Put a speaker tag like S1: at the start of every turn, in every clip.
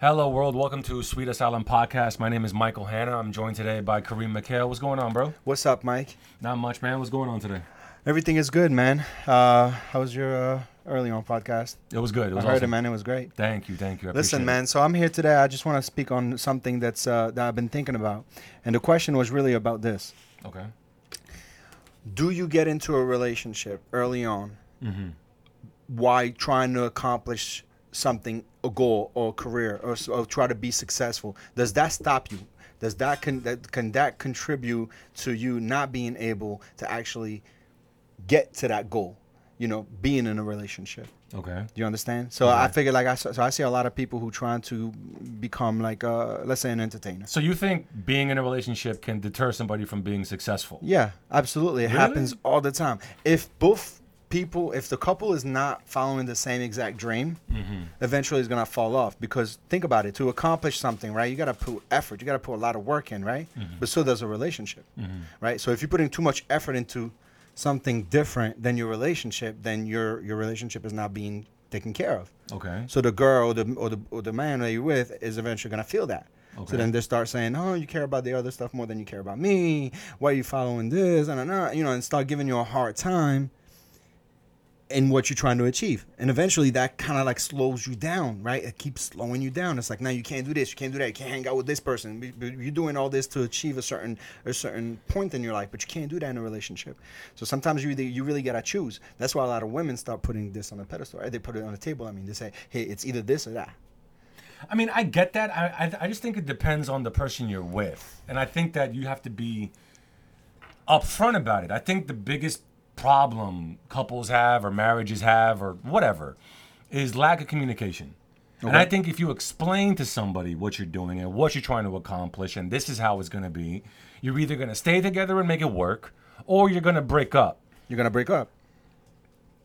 S1: Hello, world. Welcome to Sweet Asylum Podcast. My name is Michael Hanna. I'm joined today by Kareem McHale. What's going on, bro?
S2: What's up, Mike?
S1: Not much, man. What's going on today?
S2: Everything is good, man. Uh, how was your uh, early on podcast?
S1: It was good. It
S2: I
S1: was
S2: heard it,
S1: awesome.
S2: man. It was great.
S1: Thank you, thank you. I
S2: Listen,
S1: appreciate
S2: man. So I'm here today. I just want to speak on something that's uh, that I've been thinking about, and the question was really about this:
S1: it. Okay.
S2: Do you get into a relationship early on?
S1: Mm-hmm.
S2: Why trying to accomplish something, a goal, or a career, or, s- or try to be successful? Does that stop you? Does that can that can that contribute to you not being able to actually get to that goal? You know, being in a relationship.
S1: Okay.
S2: Do you understand? So I figure like I s- so I see a lot of people who trying to become like uh let's say an entertainer.
S1: So you think being in a relationship can deter somebody from being successful?
S2: Yeah, absolutely. It
S1: Really?
S2: happens all the time. If both people, if the couple is not following the same exact dream, eventually it's gonna fall off. Because think about it: to accomplish something, right, you gotta put effort. You gotta put a lot of work in, right? But so does a relationship, right? So if you're putting too much effort into something different than your relationship, then your your relationship is not being taken care of.
S1: Okay.
S2: So the girl or the or the, or the man that you're with is eventually gonna feel that.
S1: Okay.
S2: So then they start saying, "Oh, you care about the other stuff more than you care about me. Why are you following this?" And you know, and start giving you a hard time in what you're trying to achieve. And eventually, that kind of like slows you down, right? It keeps slowing you down. It's like now you can't do this, you can't do that, you can't hang out with this person. But- but You're doing all this to achieve a certain a certain point in your life, but you can't do that in a relationship. So sometimes you really, you really gotta choose. That's why a lot of women start putting this on a pedestal. Right? They put it on a table. I mean, they say, "Hey, it's either this or that."
S1: I mean, I get that. I, I I just think it depends on the person you're with, and I think that you have to be upfront about it. I think the biggest problem couples have, or marriages have, or whatever, is lack of communication. And I think if you explain to somebody what you're doing and what you're trying to accomplish, and this is how it's going to be, you're either going to stay together and make it work, or you're going to break up,
S2: You're gonna break up.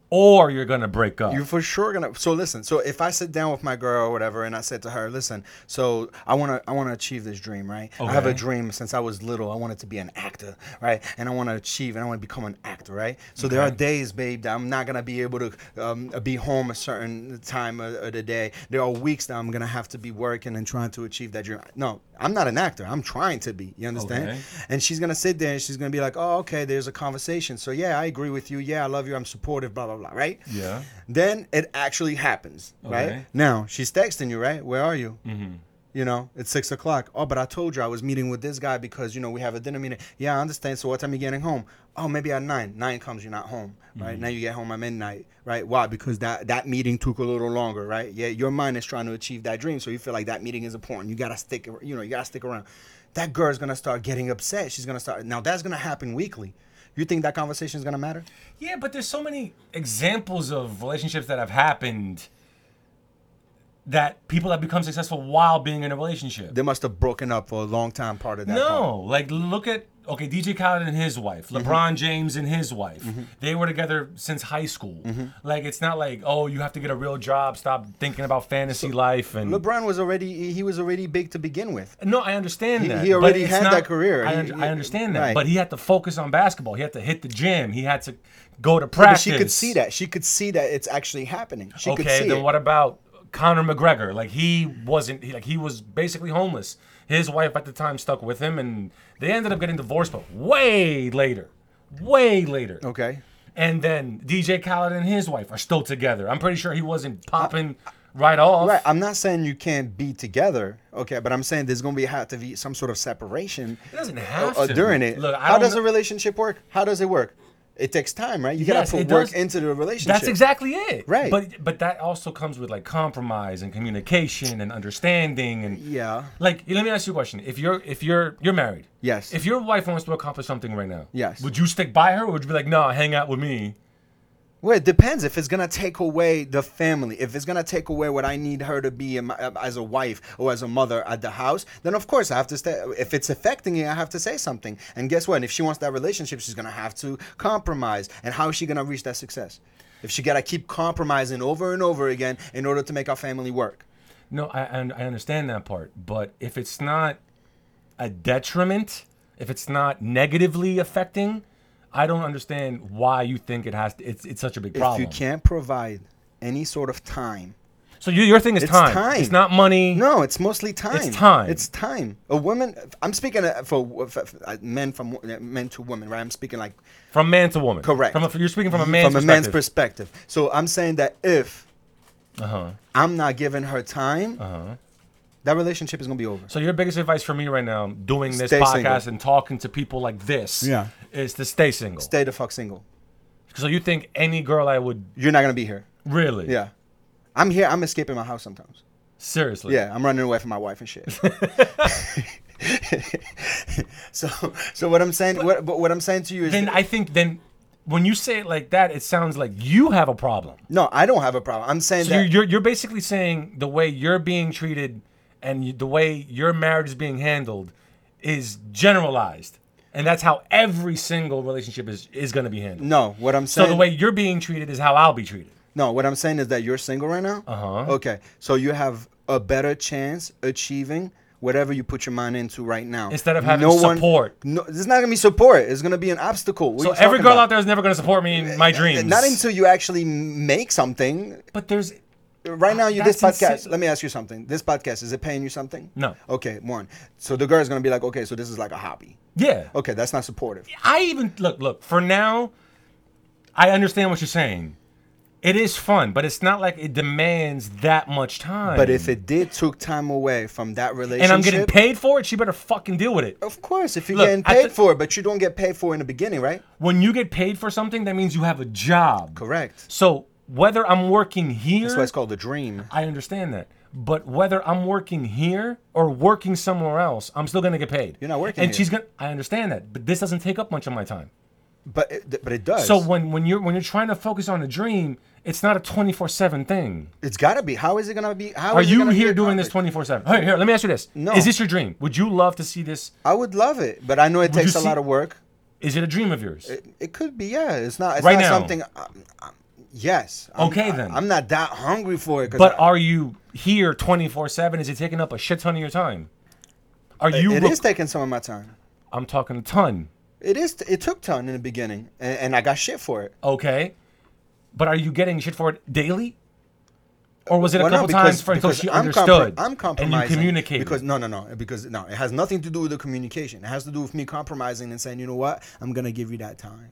S1: or you're going to break up.
S2: You're for sure gonna. So listen. So if I sit down with my girl or whatever, and I said to her, "Listen, so I wanna, I wanna achieve this dream, right? I have a
S1: Okay.
S2: dream since I was little. I wanted to be an actor, right? And I wanna achieve, and I wanna become an actor, right? So there are days, babe, that I'm not gonna be able to um, be home a certain time of, of the day. There are weeks that I'm gonna have to be working and trying to achieve that dream. No, I'm not an actor. I'm trying to be. You understand?
S1: Okay.
S2: And she's gonna sit there and she's gonna be like, "Oh, okay. There's a conversation. So yeah, I agree with you. Yeah, I love you. I'm supportive. Blah blah blah. Right?
S1: Yeah.
S2: Then it actually happens,
S1: Okay.
S2: right? Now she's texting you, right? Where are you? Mm-hmm. You know, it's six o'clock. Oh, but I told you I was meeting with this guy because you know we have a dinner meeting. Yeah, I understand. So what time you getting home? Oh, maybe at nine. Nine comes, you're not home, right?
S1: Mm-hmm.
S2: Now you get home at midnight, right? Why? Because that that meeting took a little longer, right? Yeah, your mind is trying to achieve that dream, so you feel like that meeting is important. You gotta stick, ar- you know, you gotta stick around. That girl's gonna start getting upset. She's gonna start. Now that's gonna happen weekly. You think that conversation is gonna matter?
S1: Yeah, but there's so many examples of relationships that have happened that people have become successful while being in a relationship.
S2: They must have broken up for a long time. Part of that. part.
S1: no, like look at okay, DJ Khaled and his wife,
S2: Mm-hmm.
S1: LeBron James and his wife. They were together since high school.
S2: Mm-hmm.
S1: Like it's not like oh, you have to get a real job, stop thinking about fantasy life and
S2: LeBron was already he was already big to begin with.
S1: No, I understand
S2: He-
S1: that.
S2: he
S1: but
S2: already
S1: it's
S2: had
S1: not-
S2: that career.
S1: I,
S2: He-
S1: un-
S2: he-
S1: I understand that,
S2: right.
S1: but he had to focus on basketball. He had to hit the gym. He had to go to practice.
S2: She could see that. She could see that it's actually happening. She could
S1: okay,
S2: see
S1: then
S2: it.
S1: what about Conor McGregor? Like he wasn't he, like he was basically homeless. His wife at the time stuck with him, and they ended up getting divorced, but way later, way later.
S2: Okay.
S1: And then DJ Khaled and his wife are still together. I'm pretty sure he wasn't popping right off.
S2: Right. I'm not saying you can't be together. Okay, but I'm saying there's gonna be have to be some sort of separation
S1: It doesn't have
S2: uh,
S1: to
S2: during
S1: be.
S2: it.
S1: Look, I
S2: How
S1: don't
S2: does
S1: know-
S2: a relationship work? How does it work? It takes time, right? You
S1: Yes,
S2: gotta
S1: it
S2: put work
S1: does.
S2: into the relationship.
S1: That's exactly it.
S2: Right.
S1: But but that also comes with like compromise and communication and understanding and
S2: Yeah.
S1: Like let me ask you a question. If you're if you're you're married.
S2: Yes.
S1: If your wife wants to accomplish something right now.
S2: Yes.
S1: Would you stick by her or would you be like, nah, hang out with me?
S2: Well, it depends if it's gonna take away the family. If it's gonna take away what I need her to be in my, uh, as a wife or as a mother at the house, then of course I have to stay. If it's affecting it, I have to say something. And guess what? If she wants that relationship, she's gonna have to compromise. And how is she gonna reach that success? If she gotta keep compromising over and over again in order to make our family work.
S1: No, I I, I understand that part, but if it's not a detriment, if it's not negatively affecting, I don't understand why you think it has to, it's it's such a big problem.
S2: If you can't provide any sort of time
S1: So you, your thing is
S2: It's
S1: time.
S2: time.
S1: It's not money.
S2: No, it's mostly time.
S1: time.
S2: It's time. A woman. I'm speaking uh, for, for, for uh, men from wo- uh, men to women, right? I'm speaking like
S1: From man to woman.
S2: Correct.
S1: From a, you're speaking from a man's
S2: from a man's
S1: perspective.
S2: perspective. So I'm saying that if
S1: uh-huh.
S2: I'm not giving her time,
S1: Uh-huh.
S2: that relationship is gonna be over.
S1: So your biggest advice for me right now, doing this
S2: Stay
S1: podcast
S2: single.
S1: and talking to people like this,
S2: Yeah.
S1: is to stay single.
S2: Stay the fuck single.
S1: so you think any girl I would
S2: You're not gonna be here.
S1: really,
S2: Yeah, I'm here. I'm escaping my house sometimes.
S1: seriously,
S2: Yeah, I'm running away from my wife and shit. so, so what I'm saying, what, but what I'm saying to you is,
S1: then I think then when you say it like that, it sounds like you have a problem.
S2: no, I don't have a problem. I'm saying
S1: So
S2: that
S1: you're, you're you're basically saying the way you're being treated and you, the way your marriage is being handled is generalized, and that's how every single relationship is is going to be handled.
S2: no. What I'm
S1: So
S2: saying,
S1: the way you're being treated is how I'll be treated.
S2: no, what I'm saying is that you're single right now.
S1: Uh-huh.
S2: Okay, so you have a better chance achieving whatever you put your mind into right now.
S1: Instead of having support.
S2: One, no, it's not gonna be support. It's gonna be an obstacle. What
S1: So
S2: are you
S1: every
S2: talking
S1: girl
S2: about?
S1: out there is never going to support me in my dreams.
S2: Not until you actually make something.
S1: But there's
S2: Right now, you this
S1: That's
S2: podcast.
S1: insane.
S2: Let me ask you something. This podcast is it paying you something?
S1: No.
S2: Okay, one. So the girl's gonna be like, okay, so this is like a hobby.
S1: yeah.
S2: Okay, that's not supportive.
S1: I even look look for now. I understand what you're saying. It is fun, but it's not like it demands that much time.
S2: But if it did took time away from that relationship,
S1: and I'm getting paid for it, she better fucking deal with it.
S2: Of course, if you're
S1: Look,
S2: getting
S1: I
S2: paid
S1: thi-
S2: for it, but you don't get paid for it in the beginning, right?
S1: When you get paid for something, that means you have a job.
S2: Correct.
S1: So whether I'm working here,
S2: That's why it's called the dream.
S1: I understand that. But whether I'm working here or working somewhere else, I'm still gonna get paid.
S2: You're not working
S1: And
S2: here.
S1: she's gonna. I understand that, but this doesn't take up much of my time.
S2: But it, but it does.
S1: So when when you're when you're trying to focus on a dream, it's not a twenty four seven thing.
S2: it's gotta be. How is it gonna be? How
S1: Are
S2: is it
S1: you
S2: gonna be
S1: here doing this
S2: accomplished?
S1: twenty four seven? Here, here. Let me ask you this:
S2: No.
S1: Is this your dream? Would you love to see this?
S2: I would love it, but I know it takes
S1: you
S2: a
S1: see-
S2: lot of work.
S1: Is it a dream of yours?
S2: It, it could be, yeah. It's not. It's
S1: Right
S2: not
S1: now.
S2: something. Um, um, yes. I'm-
S1: Okay,
S2: I-
S1: then.
S2: I'm not that hungry for it. 'cause
S1: but
S2: I,
S1: are you here twenty four seven? Is it taking up a shit ton of your time? Are you?
S2: it
S1: re-
S2: is taking some of my time.
S1: I'm talking a ton.
S2: It is. It took time in the beginning, and, and I got shit for it.
S1: Okay, but are you getting shit for it daily? Or was it a
S2: Well, no,
S1: couple times for until
S2: because
S1: she
S2: I'm compro-
S1: understood?
S2: I'm compromising.
S1: And you communicated.
S2: Because no, no, no. Because no, it has nothing to do with the communication. It has to do with me compromising and saying, you know what, I'm gonna give you that time.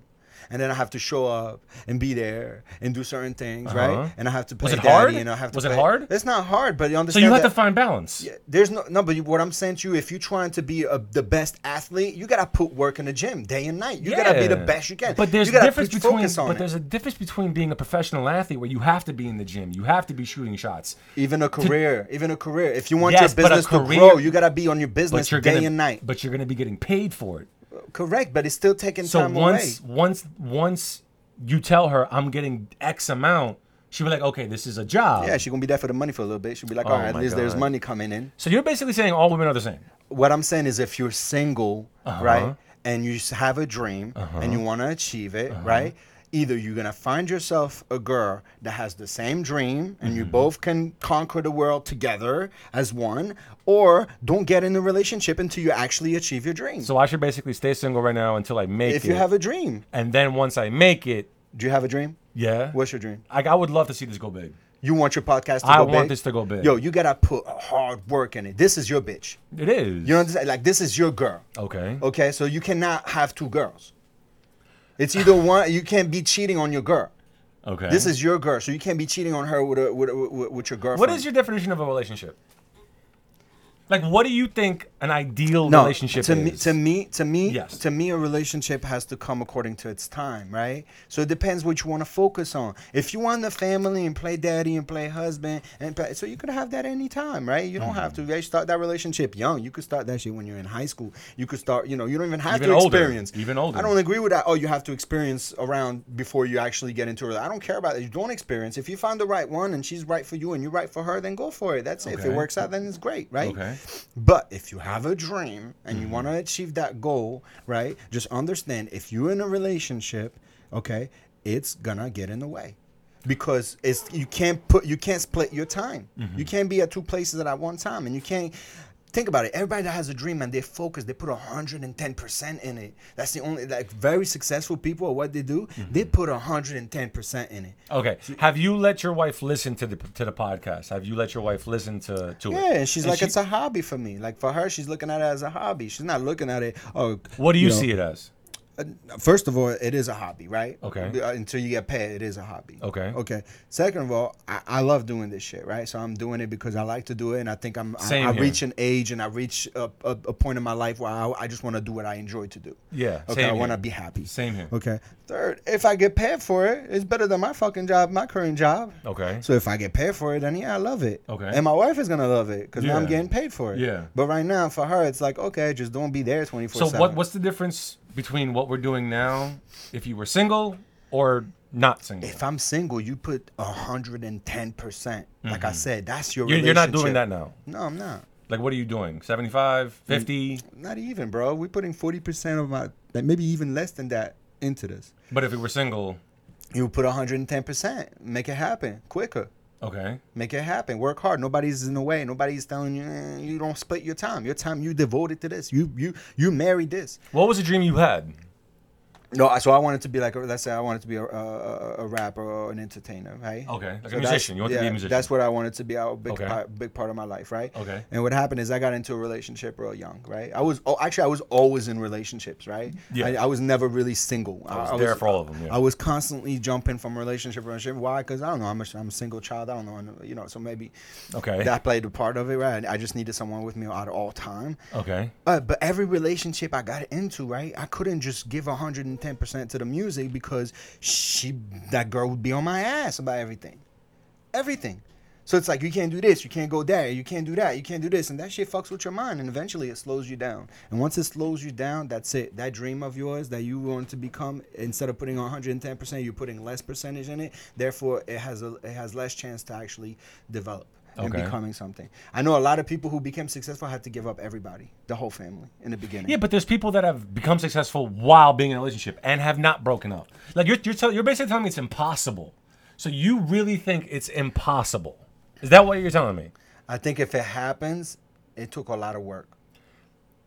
S2: And then I have to show up and be there and do certain things,
S1: Uh-huh.
S2: right? And I have to play
S1: Was it
S2: daddy,
S1: hard?
S2: and I have to
S1: Was it
S2: play-
S1: hard?
S2: It's not hard, but you
S1: so
S2: understand.
S1: you have
S2: that-
S1: to find balance.
S2: Yeah, There's no no, but you- what I'm saying to you, if you're trying to be a, the best athlete, you gotta put work in the gym day and night. You gotta be the
S1: Yeah.
S2: best you can.
S1: But there's
S2: you
S1: a
S2: gotta
S1: difference
S2: put
S1: between
S2: focus on
S1: but
S2: it.
S1: there's a difference between being a professional athlete where you have to be in the gym, you have to be shooting shots.
S2: even a career, even a career. If you want
S1: Yes,
S2: your
S1: but a
S2: business to
S1: career-
S2: grow, you gotta be on your business
S1: But you're
S2: day
S1: gonna
S2: and night.
S1: But you're gonna be getting paid for it.
S2: Correct, but it's still taking
S1: So
S2: time
S1: once
S2: away.
S1: once once you tell her I'm getting X amount, she'll be like, Okay, this is a job.
S2: Yeah, she's gonna be there for the money for a little bit. She'll be like,
S1: Oh
S2: all right, at
S1: my
S2: least there's
S1: God.
S2: money coming in.
S1: So you're basically saying all women are the same.
S2: What I'm saying is, if you're single,
S1: Uh-huh.
S2: right, and you s- have a dream and you want to achieve it,
S1: Uh-huh.
S2: right, either you're gonna find yourself a girl that has the same dream and you
S1: Mm-hmm.
S2: both can conquer the world together as one, or don't get in a relationship until you actually achieve your dream.
S1: So I should basically stay single right now until I make
S2: if
S1: it.
S2: you have a dream,
S1: and then once I make it,
S2: do you have a dream?
S1: yeah.
S2: What's your dream?
S1: Like I would love to see this go big.
S2: You want your podcast to
S1: I
S2: go
S1: want
S2: big?
S1: this to go big.
S2: Yo, you gotta put hard work in it. This is your bitch.
S1: It is.
S2: You Oh, know what I'm saying? Like this is your girl.
S1: okay.
S2: Okay, so you cannot have two girls. It's either one. You can't be cheating on your girl.
S1: Okay.
S2: This is your girl, so you can't be cheating on her with a, with, a, with, with your girlfriend.
S1: What is your definition of a relationship? Like, what do you think an ideal
S2: no,
S1: relationship
S2: to
S1: is?
S2: me to me to me
S1: Yes.
S2: to me a relationship has to come according to its time right so it depends what you want to focus on if you want the family and play daddy and play husband and play, so you could have that anytime right you don't have
S1: Mm-hmm.
S2: to really start that relationship young you could start that shit when you're in high school you could start you know you don't even have
S1: Even
S2: to
S1: older.
S2: experience
S1: Even older.
S2: i don't agree with that oh you have to experience around before you actually get into it i don't care about that you don't experience if you find the right one and she's right for you and you're right for her then go for it that's it if it
S1: Okay.
S2: works out then it's great right
S1: Okay.
S2: but if you have a dream and you want to achieve that goal, right? Just understand if you're in a relationship, okay, it's gonna get in the way because it's you can't put you can't split your time. You can't be at two places at one time, and you can't think about it. Everybody that has a dream, man, they focus. They put hundred and ten percent in it. That's the only like very successful people at what they do. They put hundred and ten percent in it.
S1: Okay. Have you let your wife listen to the to the podcast? Have you let your wife listen to to it?
S2: Yeah, and she's
S1: And
S2: like,
S1: she-
S2: it's a hobby for me. Like for her, she's looking at it as a hobby. She's not looking at it. Oh,
S1: What do you,
S2: know,
S1: see it as?
S2: First of all, it is a hobby, right?
S1: Okay.
S2: Uh, Until you get paid, it is a hobby.
S1: Okay.
S2: Okay. Second of all, I, I love doing this shit, right? So I'm doing it because I like to do it, and I think I'm I,
S1: Same
S2: I
S1: here.
S2: reach an age and I reach a, a, a point in my life where I, I just want to do what I enjoy to do.
S1: Yeah,
S2: Okay.
S1: same
S2: I want to
S1: here.
S2: be happy.
S1: Same here.
S2: Okay. Third, if I get paid for it, it's better than my fucking job, my current job.
S1: Okay.
S2: So if I get paid for it, then yeah, I love it.
S1: Okay.
S2: And my wife is gonna love it because now I'm
S1: Yeah.
S2: getting paid for it.
S1: Yeah.
S2: But right now, for her, it's like okay, just don't be there twenty four.
S1: So what what's the difference between what we're doing now if you were single or not single?
S2: If I'm single, you put hundred and ten percent. Like I said, that's your.
S1: Mm-hmm. You're, you're not doing that
S2: relationship.
S1: now.
S2: No, I'm not.
S1: Like what are you doing? 75, 50?
S2: Not even, bro. We're putting forty percent of my, like maybe even less than that, into this.
S1: But if you were single,
S2: You put hundred and ten percent. Make it happen quicker.
S1: okay.
S2: Make it happen. Work hard. Nobody's in the way. Nobody's telling you eh, you don't split your time. Your time you devoted to this. You you you married this.
S1: What was the dream you had?
S2: No, I- so I wanted to be like, a- let's say I wanted to be a, a, a- a rapper or an entertainer, right?
S1: Okay, like a
S2: that's-
S1: musician. You want to be a musician.
S2: That's what I wanted to be. A big,
S1: Okay.
S2: part, big part of my life, right?
S1: Okay.
S2: And what happened is I got into a relationship real young, right? I was oh, actually I was always in relationships, right?
S1: Yeah.
S2: I, I was never really single. I
S1: was there for all of them, yeah.
S2: I was constantly jumping from relationship to relationship. Why? Because I don't know. I'm a, I'm a single child. I don't know. and, You know. So maybe
S1: Okay.
S2: that played a part of it, right? I just needed someone with me at all time.
S1: okay.
S2: Uh, but every relationship I got into, right, I couldn't just give 110% to the music because she, that girl would be on my ass about everything. Everything. So it's like, you can't do this, you can't go there, you can't do that, you can't do this. And that shit fucks with your mind. And eventually it slows you down. And once it slows you down, that's it. That dream of yours that you want to become, instead of putting 110%, you're putting less percentage in it. Therefore, it has, a, it has less chance to actually develop and
S1: Okay.
S2: becoming something. I know a lot of people who became successful had to give up everybody, the whole family, in the beginning.
S1: Yeah, but there's people that have become successful while being in a relationship and have not broken up. Like you're you're, tell, you're basically telling me it's impossible. So you really think it's impossible? Is that what you're telling me?
S2: I think if it happens, it took a lot of work.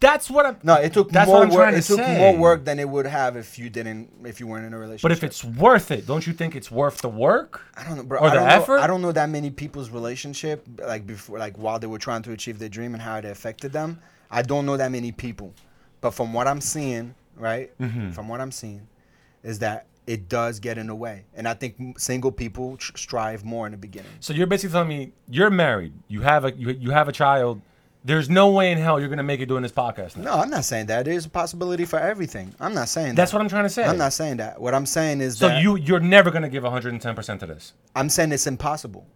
S1: That's what I'm.
S2: No, it took
S1: That's
S2: more
S1: what I'm
S2: work.
S1: trying to
S2: it took
S1: say.
S2: more work than it would have if you didn't, if you weren't in a relationship.
S1: But if it's worth it, don't you think it's worth the work?
S2: I don't know, bro.
S1: or
S2: I
S1: the
S2: don't know,
S1: effort?
S2: I don't know that many people's relationship, like before, like while they were trying to achieve their dream and how it affected them. I don't know that many people, but from what I'm seeing, right,
S1: Mm-hmm.
S2: from what I'm seeing, is that it does get in the way, and I think m- single people tr- strive more in the beginning.
S1: So you're basically telling me you're married, you have a you, you have a child. There's no way in hell you're gonna make it doing this podcast. Now.
S2: No, I'm not saying that. There's a possibility for everything. I'm not saying
S1: That's
S2: that.
S1: what I'm trying to say.
S2: I'm not saying that. What I'm saying is
S1: so
S2: that
S1: you you're never gonna give 110 percent to this.
S2: I'm saying it's impossible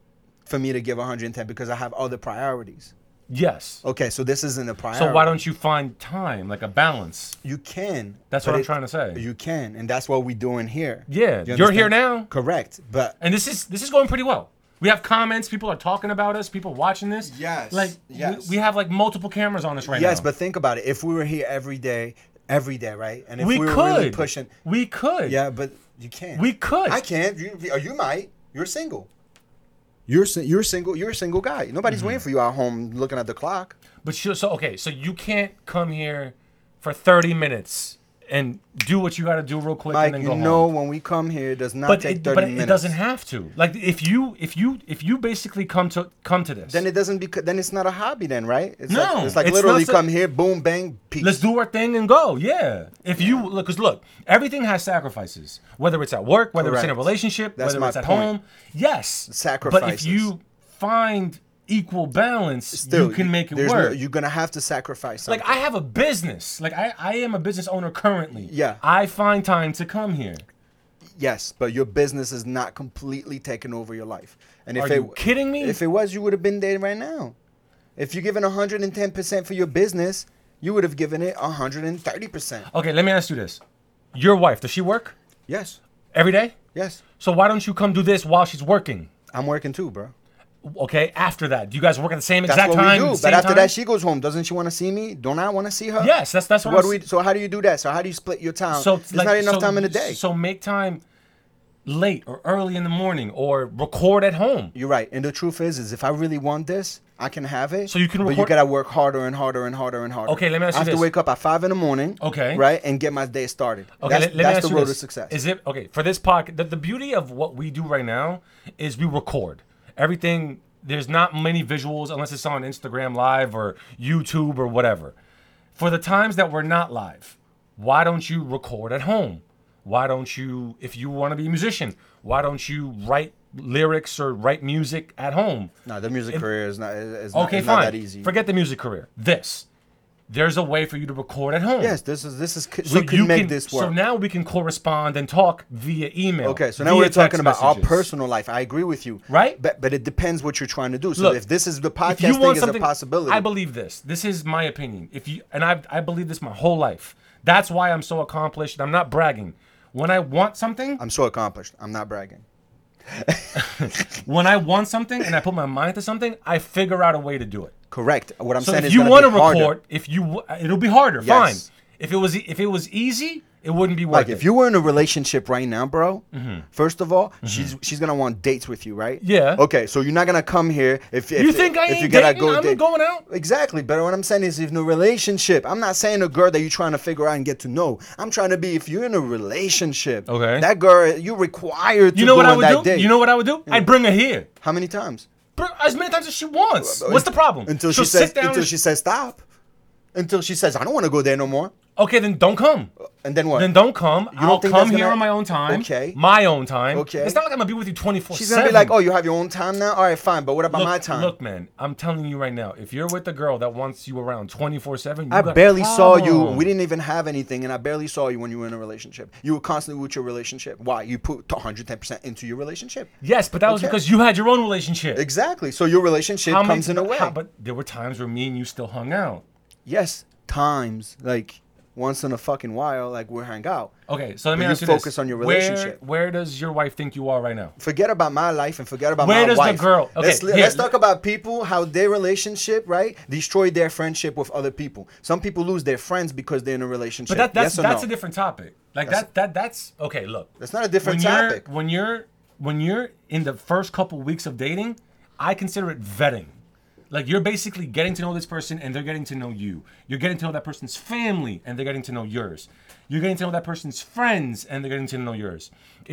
S2: for me to give 110 because I have other priorities.
S1: Yes.
S2: Okay, so this isn't a priority.
S1: So why don't you find time, like a balance?
S2: you can?
S1: That's
S2: but
S1: what I'm
S2: it-
S1: trying to say.
S2: You can, and that's what we're doing here.
S1: Yeah,
S2: You
S1: you're here
S2: understand?
S1: now.
S2: Correct, but
S1: and this is this is going pretty well. We have comments. People are talking about us. People watching this.
S2: Yes,
S1: Like
S2: yes.
S1: We, we have like multiple cameras on us right
S2: yes,
S1: now.
S2: but think about it. If we were here every day, every day, right? And if
S1: we,
S2: we, were
S1: could
S2: really pushing,
S1: We could.
S2: yeah, but you can't.
S1: We could.
S2: I can't. You, or you might. You're single. You're si- you're single. You're a single guy. Nobody's
S1: Mm-hmm.
S2: waiting for you at home looking at the clock.
S1: But you, so okay. So you can't come here for 30 minutes and do what you got to do real quick
S2: Like
S1: and then
S2: you
S1: go
S2: know,
S1: home.
S2: when we come here, it does not
S1: But
S2: take
S1: it,
S2: thirty
S1: but
S2: minutes.
S1: it doesn't have to. Like if you if you if you basically come to come to this,
S2: Then it doesn't bec then it's not a hobby then, right? It's like,
S1: No,
S2: it's like
S1: it's
S2: literally
S1: not so-
S2: come here, boom, bang, peace.
S1: Let's do our thing and go. Yeah. If you look, because look, everything has sacrifices. Whether it's at work, whether it's in a
S2: Correct.
S1: relationship,
S2: That's
S1: whether
S2: my
S1: it's at
S2: point.
S1: home. Yes. But if
S2: Sacrifices.
S1: you find equal balance,
S2: Still,
S1: you can make it
S2: there's no-
S1: work.
S2: you're gonna have to sacrifice something.
S1: like I have a business. Like I, I am a business owner currently.
S2: Yeah.
S1: I find time to come here.
S2: yes, but your business is not completely taking over your life. And if
S1: Are
S2: it
S1: you kidding me?
S2: If it was, you would have been there right now. If you're giving 110 percent for your business, you would have given it 130 percent.
S1: Okay, let me ask you this. Your wife, does she work
S2: Yes,
S1: every day?
S2: yes,
S1: So why don't you come do this while she's working?
S2: I'm working too, bro.
S1: Okay, after that. Do you guys work at the same
S2: That's
S1: exact
S2: what
S1: time?
S2: we do.
S1: same
S2: But after
S1: time?
S2: that, she goes home. Doesn't she want to see me? Don't I want to see her?
S1: Yes, that's that's what, I'm
S2: What do we? So how do you do that? So how do you split your time?
S1: So
S2: There's Uh, not enough
S1: so-
S2: time in the day.
S1: So make time late or early in the morning, or record at home.
S2: You're right. And the truth is, is if I really want this, I can have it.
S1: So you can
S2: but you
S1: record-
S2: gotta work harder and harder and harder and harder.
S1: Okay, let me ask
S2: I
S1: you
S2: have to
S1: this.
S2: wake up at five in the morning.
S1: Okay.
S2: Right, and get my day started.
S1: Okay,
S2: that's,
S1: let, let
S2: that's
S1: me ask
S2: the
S1: you
S2: road
S1: this.
S2: to success.
S1: Is it okay for this podcast? The, the beauty of what we do right now is we record everything. There's not many visuals unless it's on Instagram Live or YouTube or whatever. For the times that we're not live, why don't you record at home? Why don't you, if you want to be a musician, why don't you write lyrics or write music at home?
S2: no, the music career is not is, is not,
S1: Okay,
S2: is
S1: fine.
S2: not that easy.
S1: Forget the music career. This. There's a way for you to record at home.
S2: yes, this is this is
S1: So
S2: we can
S1: you
S2: make this work.
S1: So now we can correspond and talk via email.
S2: Okay, so now
S1: via
S2: we're talking
S1: text
S2: about our
S1: messages.
S2: personal life. I agree with you,
S1: Right?
S2: But but it depends what you're trying to do. So
S1: Look,
S2: if this is the
S1: If
S2: podcast
S1: you
S2: thing
S1: want
S2: is a
S1: something,
S2: possibility.
S1: I believe this. This is my opinion. If you and I, I believe this my whole life. That's why I'm so accomplished. I'm not bragging. When I want something,
S2: I'm so accomplished. I'm not bragging.
S1: when I want something, and I put my mind to something, I figure out a way to do it.
S2: Correct. What I'm
S1: So
S2: saying
S1: if
S2: is
S1: you
S2: want to
S1: record, if you w- it'll be harder.
S2: Yes.
S1: Fine. If it was e- if it was easy, it wouldn't be worth
S2: like
S1: it.
S2: if you were in a relationship right now, bro. First of all, she's she's gonna want dates with you, right?
S1: Mm-hmm. Yeah.
S2: Okay, so you're not gonna come here if if,
S1: You think I
S2: if you
S1: ain't
S2: gotta
S1: dating?
S2: go
S1: I'm
S2: date-
S1: going out.
S2: Exactly, but what I'm saying is, if in a relationship, I'm not saying a girl that you're trying to figure out and get to know. I'm trying to be if you're in a relationship,
S1: Okay.
S2: that girl you required to
S1: You know
S2: go
S1: what I
S2: on that
S1: would do?
S2: date.
S1: You know what I would do? I'd bring her here.
S2: how many times?
S1: Bro, as many times as she wants. What's the problem?
S2: Until she
S1: She'll
S2: says
S1: sit down
S2: until
S1: and-
S2: she says stop. Until she says I don't want to go there no more.
S1: Okay, then don't come.
S2: And then what?
S1: Then don't come.
S2: don't
S1: I'll
S2: think
S1: come
S2: that's
S1: here
S2: gonna-
S1: on my own time.
S2: Okay.
S1: My own time.
S2: Okay.
S1: It's not like I'm gonna be with you 24
S2: She's gonna be like, "Oh, you have your own time now. All right, fine. But what about
S1: look,
S2: my time?
S1: Look, man, I'm telling you right now, if you're with a girl that wants you around 24 7,
S2: I barely saw you. We didn't even have anything, and I barely saw you when you were in a relationship. You were constantly with your relationship. Why? You put 110 percent into your relationship.
S1: Yes, but that was
S2: Okay.
S1: because you had your own relationship.
S2: Exactly. So your relationship
S1: How many-
S2: comes in a way.
S1: how- but there were times where me and you still hung out.
S2: yes, times like once in a fucking while, like we hang out.
S1: Okay, so let me
S2: But you
S1: ask you
S2: focus
S1: this.
S2: on your
S1: Where-
S2: relationship.
S1: where does your wife think you are right now?
S2: Forget about my life and forget about
S1: Where
S2: my
S1: does the
S2: wife.
S1: girl- okay,
S2: let's,
S1: here-
S2: let's talk about people how their relationship right destroyed their friendship with other people. Some people lose their friends because they're in a relationship.
S1: But that, that's
S2: yes or
S1: that's
S2: no?
S1: a different topic. Like
S2: That's-
S1: that that that's okay. Look,
S2: That's not a different
S1: when
S2: topic.
S1: You're, when you're when you're in the first couple weeks of dating, I consider it vetting. Like you're basically getting to know this person and they're getting to know you. You're getting to know that person's family and they're getting to know yours. You're getting to know that person's friends and they're getting to know yours.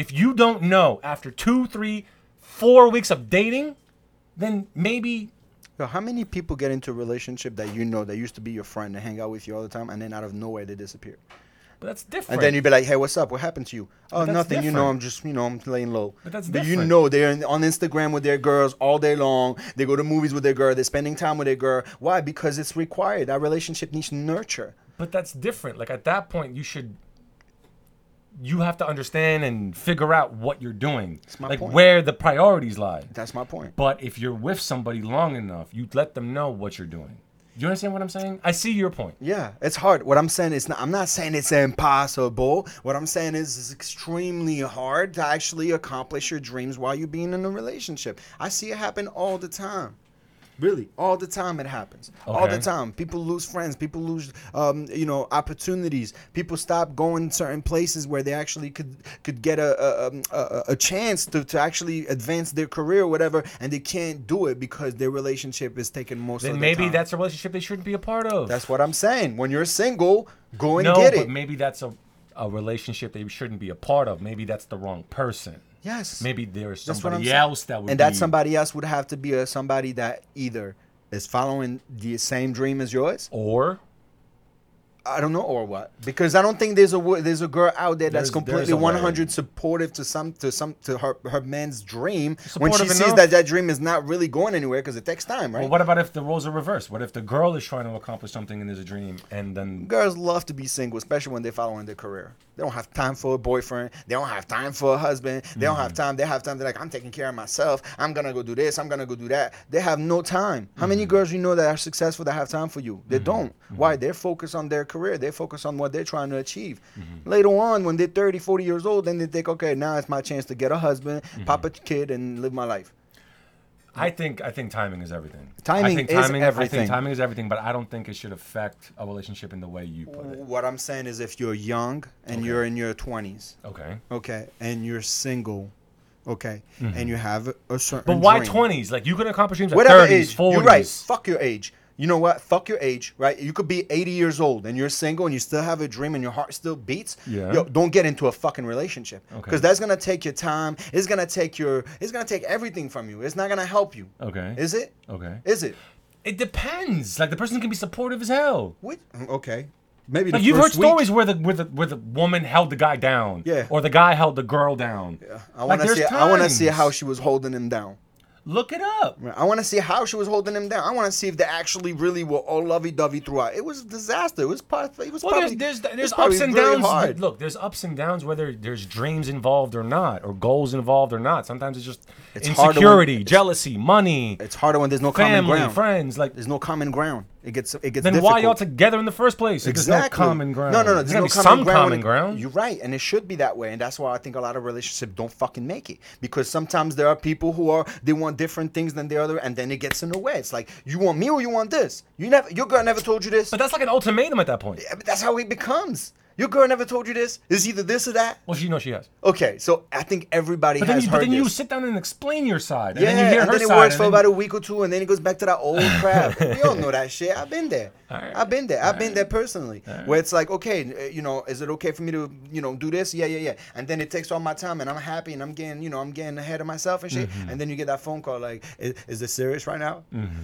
S1: If you don't know after two, three, four weeks of dating, then maybe
S2: Yo, how many people get into a relationship that you know that used to be your friend and hang out with you all the time, and then out of nowhere they disappear?
S1: but that's different.
S2: And then you'd be like, "Hey, what's up? What happened to you? Oh,
S1: that's
S2: nothing. You know,
S1: different.
S2: I'm just, you know, I'm laying low."
S1: But that's
S2: you
S1: different.
S2: know, they're in, on Instagram with their girls all day long. They go to movies with their girl. They're spending time with their girl. Why? Because it's required. That relationship needs nurture.
S1: But that's different. Like at that point, you should. You have to understand and figure out what you're doing,
S2: my
S1: like
S2: point.
S1: where the priorities lie.
S2: That's my point.
S1: But if you're with somebody long enough, you let them know what you're doing. You understand what I'm saying? I see your point.
S2: Yeah, it's hard. What I'm saying is, not, I'm not saying it's impossible. What I'm saying is, it's extremely hard to actually accomplish your dreams while you're being in a relationship. I see it happen all the time. Really, all the time it happens. All the
S1: Okay.
S2: time, people lose friends. People lose, um, you know, opportunities. People stop going certain places where they actually could could get a a, um, a, a- a chance to, to actually advance their career or whatever, and they can't do it because their relationship is taking most of
S1: Then
S2: the
S1: maybe
S2: time.
S1: that's a relationship they shouldn't be a part of.
S2: That's what I'm saying. When you're single, go and
S1: no,
S2: get
S1: but
S2: it.
S1: maybe that's a, a relationship they shouldn't be a part of. Maybe that's the wrong person.
S2: yes.
S1: Maybe there's
S2: That's what I'm
S1: somebody
S2: saying.
S1: else that would.
S2: And that
S1: be-
S2: somebody else would have to be a somebody that either is following the same dream as yours.
S1: or
S2: I don't know or what. Because I don't think there's a wo- there's a girl out there
S1: There's-
S2: that's
S1: there's
S2: completely
S1: a way.
S2: 100 supportive to some to some to her her man's dream when she
S1: Supportive
S2: sees
S1: enough.
S2: that that dream is not really going anywhere because it takes time, right?
S1: Well, what about if the roles are reversed? What if the girl is trying to accomplish something and there's a dream, and then
S2: Girls love to be single, especially when they're following their career. They don't have time for a boyfriend. They don't have time for a husband. They don't have time. They have time. They're like, I'm taking care of myself. I'm gonna go do this. I'm gonna go do that. They have no time. How many girls you know that are successful that have time for you? They don't. Why? They're focused on their career. They focus on what they're trying to achieve. Later on, when they're 30, 40 years old, then they think, okay, now it's my chance to get a husband, pop a kid, and live my life.
S1: I think I think timing is everything.
S2: Timing
S1: I think
S2: is
S1: I
S2: everything.
S1: think timing is everything, but I don't think it should affect a relationship in the way you put it.
S2: What I'm saying is, if you're young and you're in your 20s,
S1: Okay.
S2: Okay, and you're single, okay, and you have a certain.
S1: Mm-hmm. But why
S2: dream.
S1: twenties? Like you can accomplish dreams at
S2: Whatever
S1: thirties,
S2: age,
S1: forties.
S2: you're right. Fuck your age. You know what? Fuck your age, right? You could be 80 years old and you're single and you still have a dream and your heart still beats.
S1: Yeah.
S2: Yo, don't get into a fucking relationship
S1: Okay.
S2: because that's gonna take your time. It's gonna take your. It's gonna take everything from you. It's not gonna help you.
S1: Okay.
S2: Is it?
S1: okay.
S2: Is it?
S1: It depends. Like the person can be supportive as hell.
S2: What? Mm, Okay. Maybe
S1: Like
S2: the
S1: you've heard
S2: first week.
S1: stories where the where the where the woman held the guy down.
S2: Yeah.
S1: Or the guy held the girl down.
S2: I want to
S1: there's
S2: see. I want to see
S1: times.
S2: how she was holding him down.
S1: Look it up.
S2: Right. I want to see how she was holding him down. I want to see if they actually really were all lovey-dovey throughout. It was a disaster. It was part. It was
S1: Well,
S2: probably
S1: there's
S2: it
S1: there's there's
S2: was probably
S1: ups and
S2: really
S1: downs.
S2: hard.
S1: Look, there's ups and downs whether there's dreams involved or not, or goals involved or not. Sometimes it's just
S2: It's harder when-
S1: insecurity, jealousy, money,
S2: It's harder when there's no common
S1: family,
S2: ground.
S1: friends. Like
S2: There's no common ground. It gets it gets.
S1: then
S2: difficult.
S1: why y'all together in the first place? If There's no
S2: Exactly.
S1: common ground.
S2: No, no, no.
S1: There's,
S2: no
S1: gotta be
S2: common
S1: some
S2: ground.
S1: common ground.
S2: You're right, and it should be that way, and that's why I think a lot of relationships don't fucking make it because sometimes there are people who are they want different things than the other, and then it gets in the way. It's like you want me or you want this. You never. Your girl never told you this.
S1: But that's like an ultimatum at that point.
S2: Yeah, but that's how it becomes. Your girl never told you this. It's either this or that.
S1: Well, she knows she has.
S2: Okay, so I think everybody
S1: But then,
S2: has
S1: you,
S2: heard
S1: but then
S2: this.
S1: you sit down and explain your side, and
S2: yeah,
S1: then you hear
S2: and
S1: her
S2: then it
S1: side.
S2: works
S1: and
S2: for
S1: then-
S2: about a week or two, and then it goes back to that old crap. we all know that shit. I've been there.
S1: Alright.
S2: I've been there. I've been there personally, where it's like, okay, uh, you know, is it okay for me to, you know, do this? Yeah, yeah, yeah. And then it takes all my time, and I'm happy, and I'm getting, you know, I'm getting ahead of myself and shit.
S1: Mm-hmm.
S2: And then you get that phone call like, is, is this serious right now?
S1: Mm-hmm.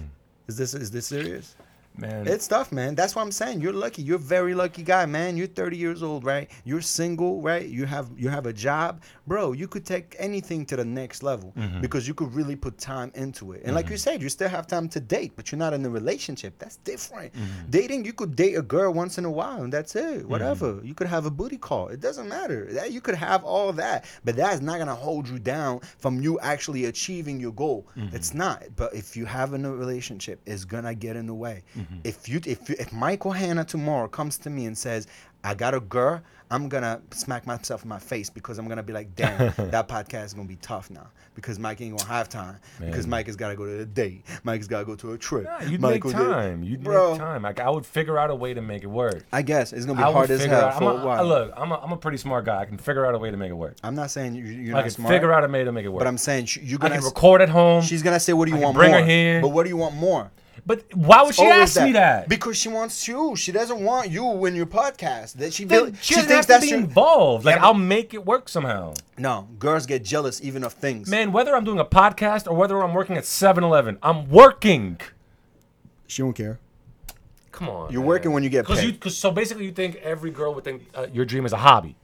S2: Is this is this serious?
S1: man,
S2: It's tough, man. That's what I'm saying. You're lucky. You're a very lucky guy, man. You're 30 years old, right? You're single, right? You have you have a job, bro. You could take anything to the next level because you could really put time into it. And like you said, you still have time to date, but you're not in a relationship. That's different. Dating, you could date a girl once in a while, and that's it. Whatever. You could have a booty call. It doesn't matter. That you could have all that, but that's not gonna hold you down from you actually achieving your goal.
S1: Mm-hmm.
S2: It's not. But if you have a new relationship, it's gonna get in the way.
S1: Mm-hmm.
S2: If you if you, if Michael Hanna tomorrow comes to me and says, "I got a girl," I'm gonna smack myself in my face because I'm gonna be like, "Damn, that podcast is gonna be tough now because Mike ain't gonna have time because Mike has gotta go to a date, Mike's gotta go to a trip."
S1: Nah, you'd
S2: Mike
S1: make
S2: go to-
S1: time. You'd
S2: Bro.
S1: make time. Like I would figure out a way to make it work.
S2: I guess it's gonna be
S1: I would
S2: hard as
S1: figure
S2: hell
S1: out.
S2: for
S1: I'm
S2: a
S1: a,
S2: while.
S1: I look, I'm a, I'm a pretty smart guy. I can figure out a way to make it work.
S2: I'm not saying you, you're
S1: I
S2: not
S1: can
S2: smart,
S1: figure out a way to make it work.
S2: but I'm saying sh- you're
S1: I
S2: gonna.
S1: can
S2: s-
S1: record at home.
S2: she's gonna say, "What do you
S1: I can
S2: want
S1: bring
S2: more?"
S1: her here.
S2: But what do you want more?
S1: but why would she
S2: Always
S1: ask me that?
S2: Because she wants you. She doesn't want you in your podcast. That she
S1: Then
S2: feel,
S1: she,
S2: she,
S1: doesn't have
S2: thinks
S1: to
S2: that's
S1: be
S2: your,
S1: involved. Like
S2: Yeah, but-
S1: I'll make it work somehow.
S2: no. Girls get jealous even of things.
S1: Man, whether I'm doing a podcast or whether I'm working at 7-Eleven, I'm working.
S2: She don't care.
S1: Come on.
S2: You're working when you get
S1: Cause
S2: paid.
S1: you, cause so basically, you think every girl would think uh, your dream is a hobby.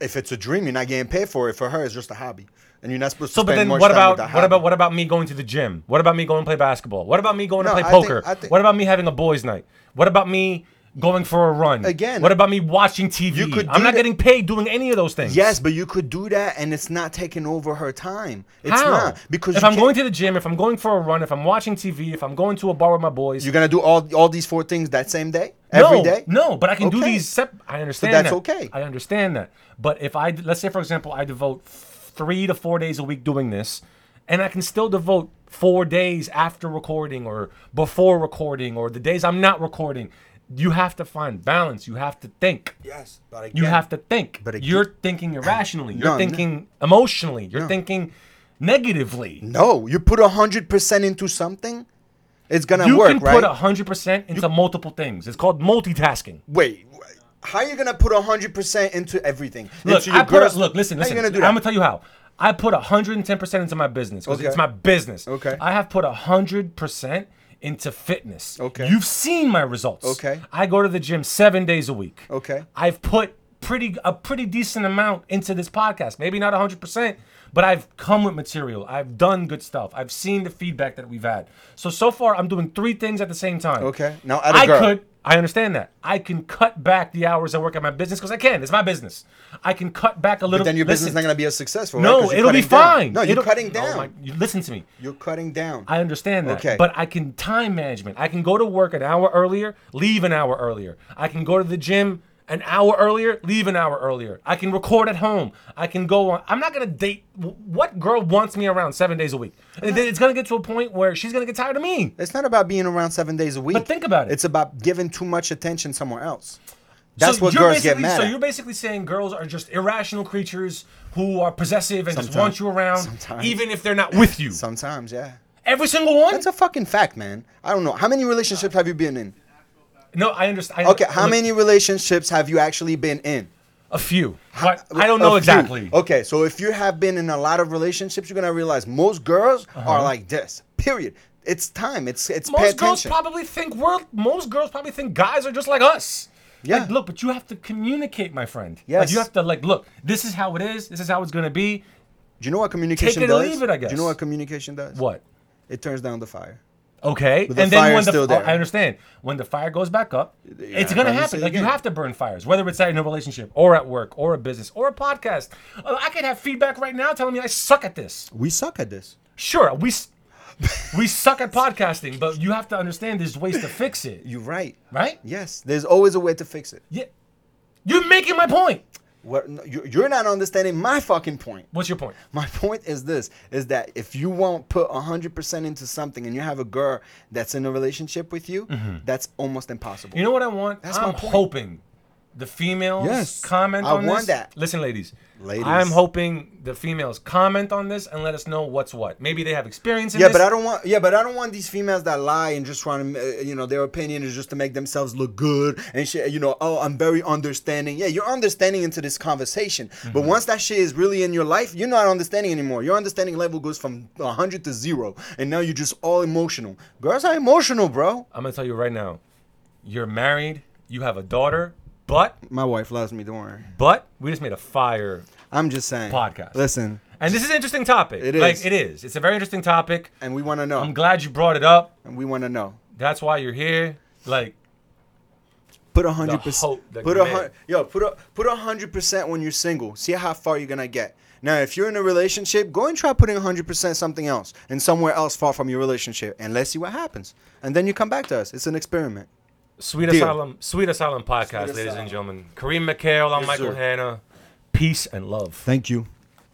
S2: If it's a dream, you're not getting paid for it. For her, it's just a hobby, and you're not supposed
S1: So,
S2: to
S1: but
S2: spend
S1: then
S2: much
S1: what
S2: time
S1: about
S2: with that
S1: what
S2: hobby.
S1: about what about me going to the gym? What about me going to play basketball? What about me going to
S2: No,
S1: play
S2: I think-
S1: poker?
S2: I think-
S1: what about me having a boys' night? What about me going for a run?
S2: Again-
S1: What about me watching TV?
S2: You could
S1: I'm
S2: do
S1: not
S2: that-
S1: getting paid doing any of those things.
S2: Yes, but you could do that, and it's not taking over her time. It's
S1: How?
S2: not because
S1: if
S2: you
S1: I'm
S2: can't-
S1: going to the gym, if I'm going for a run, if I'm watching TV, if I'm going to a bar with my boys,
S2: You're gonna do all all these four things that same day,
S1: no,
S2: every day.
S1: no, but I can do
S2: Okay.
S1: these. Sep- I understand
S2: that's
S1: that.
S2: okay.
S1: I understand that. But if I let's say for example, I devote f- three to four days a week doing this, and I can still devote four days after recording or before recording or the days I'm not recording. You have to find balance. You have to think.
S2: Yes, but
S1: You have to think.
S2: But again-
S1: you're thinking irrationally. You're
S2: No, no.
S1: thinking emotionally. You're thinking negatively.
S2: No, you put hundred percent into something, it's gonna
S1: you
S2: work,
S1: can
S2: right?
S1: put hundred percent into multiple things. It's called multitasking.
S2: Wait, wh- how you gonna put hundred percent into everything?
S1: Look,
S2: into
S1: I put
S2: girls-
S1: a, look, listen,
S2: How
S1: listen.
S2: you gonna do
S1: I'm gonna
S2: that?
S1: tell you how. I put 110% into my business because
S2: Okay.
S1: it's my business.
S2: Okay.
S1: I have put 100% into fitness.
S2: Okay.
S1: You've seen my results.
S2: Okay.
S1: I go to the gym 7 days a week.
S2: Okay.
S1: I've put pretty a pretty decent amount into this podcast. Maybe not 100%, but I've come with material. I've done good stuff. I've seen the feedback that we've had. So so far I'm doing 3 things at the same time.
S2: Okay. Now add a
S1: I
S2: girl.
S1: could I understand that. I can cut back the hours I work at my business because I can. It's my business. I can cut back a little.
S2: But then your business is
S1: listen,
S2: not gonna be as successful. right?
S1: No,
S2: 'Cause you're
S1: it'll be
S2: cutting down.
S1: fine.
S2: No, you're
S1: It'll-
S2: cutting
S1: Oh
S2: down.
S1: my- you listen to me.
S2: You're cutting down.
S1: I understand that.
S2: Okay.
S1: But I can time management. I can go to work an hour earlier, leave an hour earlier. I can go to the gym an hour earlier, leave an hour earlier. I can record at home. I can go on. I'm not gonna date. What girl wants me around seven days a week? And then it's gonna get to a point where she's gonna get tired of me.
S2: It's not about being around seven days a week.
S1: think about it.
S2: It's about giving too much attention somewhere else. That's
S1: so
S2: what
S1: you're
S2: girls get
S1: basically-
S2: mad
S1: So
S2: at.
S1: you're basically saying girls are just irrational creatures who are possessive and just want
S2: Sometimes.
S1: you around,
S2: Sometimes.
S1: even if they're not with you.
S2: Sometimes, yeah.
S1: Every single one.
S2: That's a fucking fact, man. I don't know. How many relationships have you been in?
S1: no, I understand. I-
S2: Okay, how
S1: look,
S2: many relationships have you actually been in?
S1: A few. What? I don't
S2: A
S1: know
S2: few.
S1: exactly.
S2: Okay, so if you have been in a lot of relationships, you're gonna realize most girls are like this. Period. It's time. It's it's pay
S1: Uh-huh. Most girls
S2: attention.
S1: probably think we're. Most girls probably think guys are just like us.
S2: Yeah.
S1: Like, look, but you have to communicate, my friend. Like,
S2: Yes.
S1: you have to like look. This is how it is. This is how it's gonna be.
S2: Do you know what communication
S1: it or
S2: does?
S1: leave it, I
S2: Do
S1: guess.
S2: you know what communication does?
S1: What?
S2: It turns down the fire.
S1: Okay,
S2: the
S1: and then
S2: fire
S1: when
S2: is
S1: the oh,
S2: still there.
S1: I understand when the fire goes back up, it's gonna
S2: I'm gonna
S1: happen.
S2: say
S1: Like you
S2: again.
S1: have to burn fires, whether it's in a relationship or at work or a business or a podcast. Uh, I could have feedback right now telling me I suck at this.
S2: We suck at this.
S1: Sure, we s- we suck at podcasting, but you have to understand there's ways to fix it,
S2: You're right.
S1: right?
S2: Yes, there's always a way to fix it.
S1: Yeah, you're making my point.
S2: What no, you- you're not understanding my fucking point.
S1: What's your point?
S2: My point is this: is that if you won't put hundred percent into something, and you have a girl that's in a relationship with you, that's almost impossible.
S1: Mm-hmm. You know what I want?
S2: That's my
S1: I'm
S2: point.
S1: hoping the females
S2: Yes,
S1: comment
S2: I
S1: on
S2: want
S1: this.
S2: that.
S1: Listen, ladies.
S2: Ladies.
S1: I'm hoping the females comment on this and let us know what's what. Maybe they have experience in
S2: yeah,
S1: this.
S2: but I don't want. Yeah, but I don't want these females that lie and just trying to, uh, you know, their opinion is just to make themselves look good and shit. You know, oh, I'm very understanding. Yeah, you're understanding into this conversation, but
S1: Mm-hmm.
S2: once that shit is really in your life, you're not understanding anymore. Your understanding level goes from hundred to zero, and now you're just all emotional. Girls are emotional, bro.
S1: I'm gonna tell you right now, you're married, you have a daughter, but
S2: My wife loves me. Don't worry.
S1: but we just made a fire,
S2: I'm just saying.
S1: Podcast.
S2: Listen,
S1: and this is an interesting topic.
S2: It
S1: Like
S2: is.
S1: it is. It's a very interesting topic.
S2: and we want to know.
S1: I'm glad you brought it up.
S2: and we want to know.
S1: That's why you're here. Like
S2: Put a hundred percent.
S1: hope, the
S2: Put a
S1: commit.
S2: hundred. Yo, put a put a hundred percent when you're single. See how far you're gonna get. Now, if you're in a relationship, go and try putting a hundred percent something else and somewhere else far from your relationship, and let's see what happens. And then you come back to us. It's an experiment.
S1: Sweet
S2: Deal.
S1: Asylum, Sweet Asylum podcast, ladies
S2: Asylum.
S1: and gentlemen. Kareem McHale, I'm
S2: Yes,
S1: Michael
S2: sir.
S1: Hanna. Peace and love.
S2: Thank you.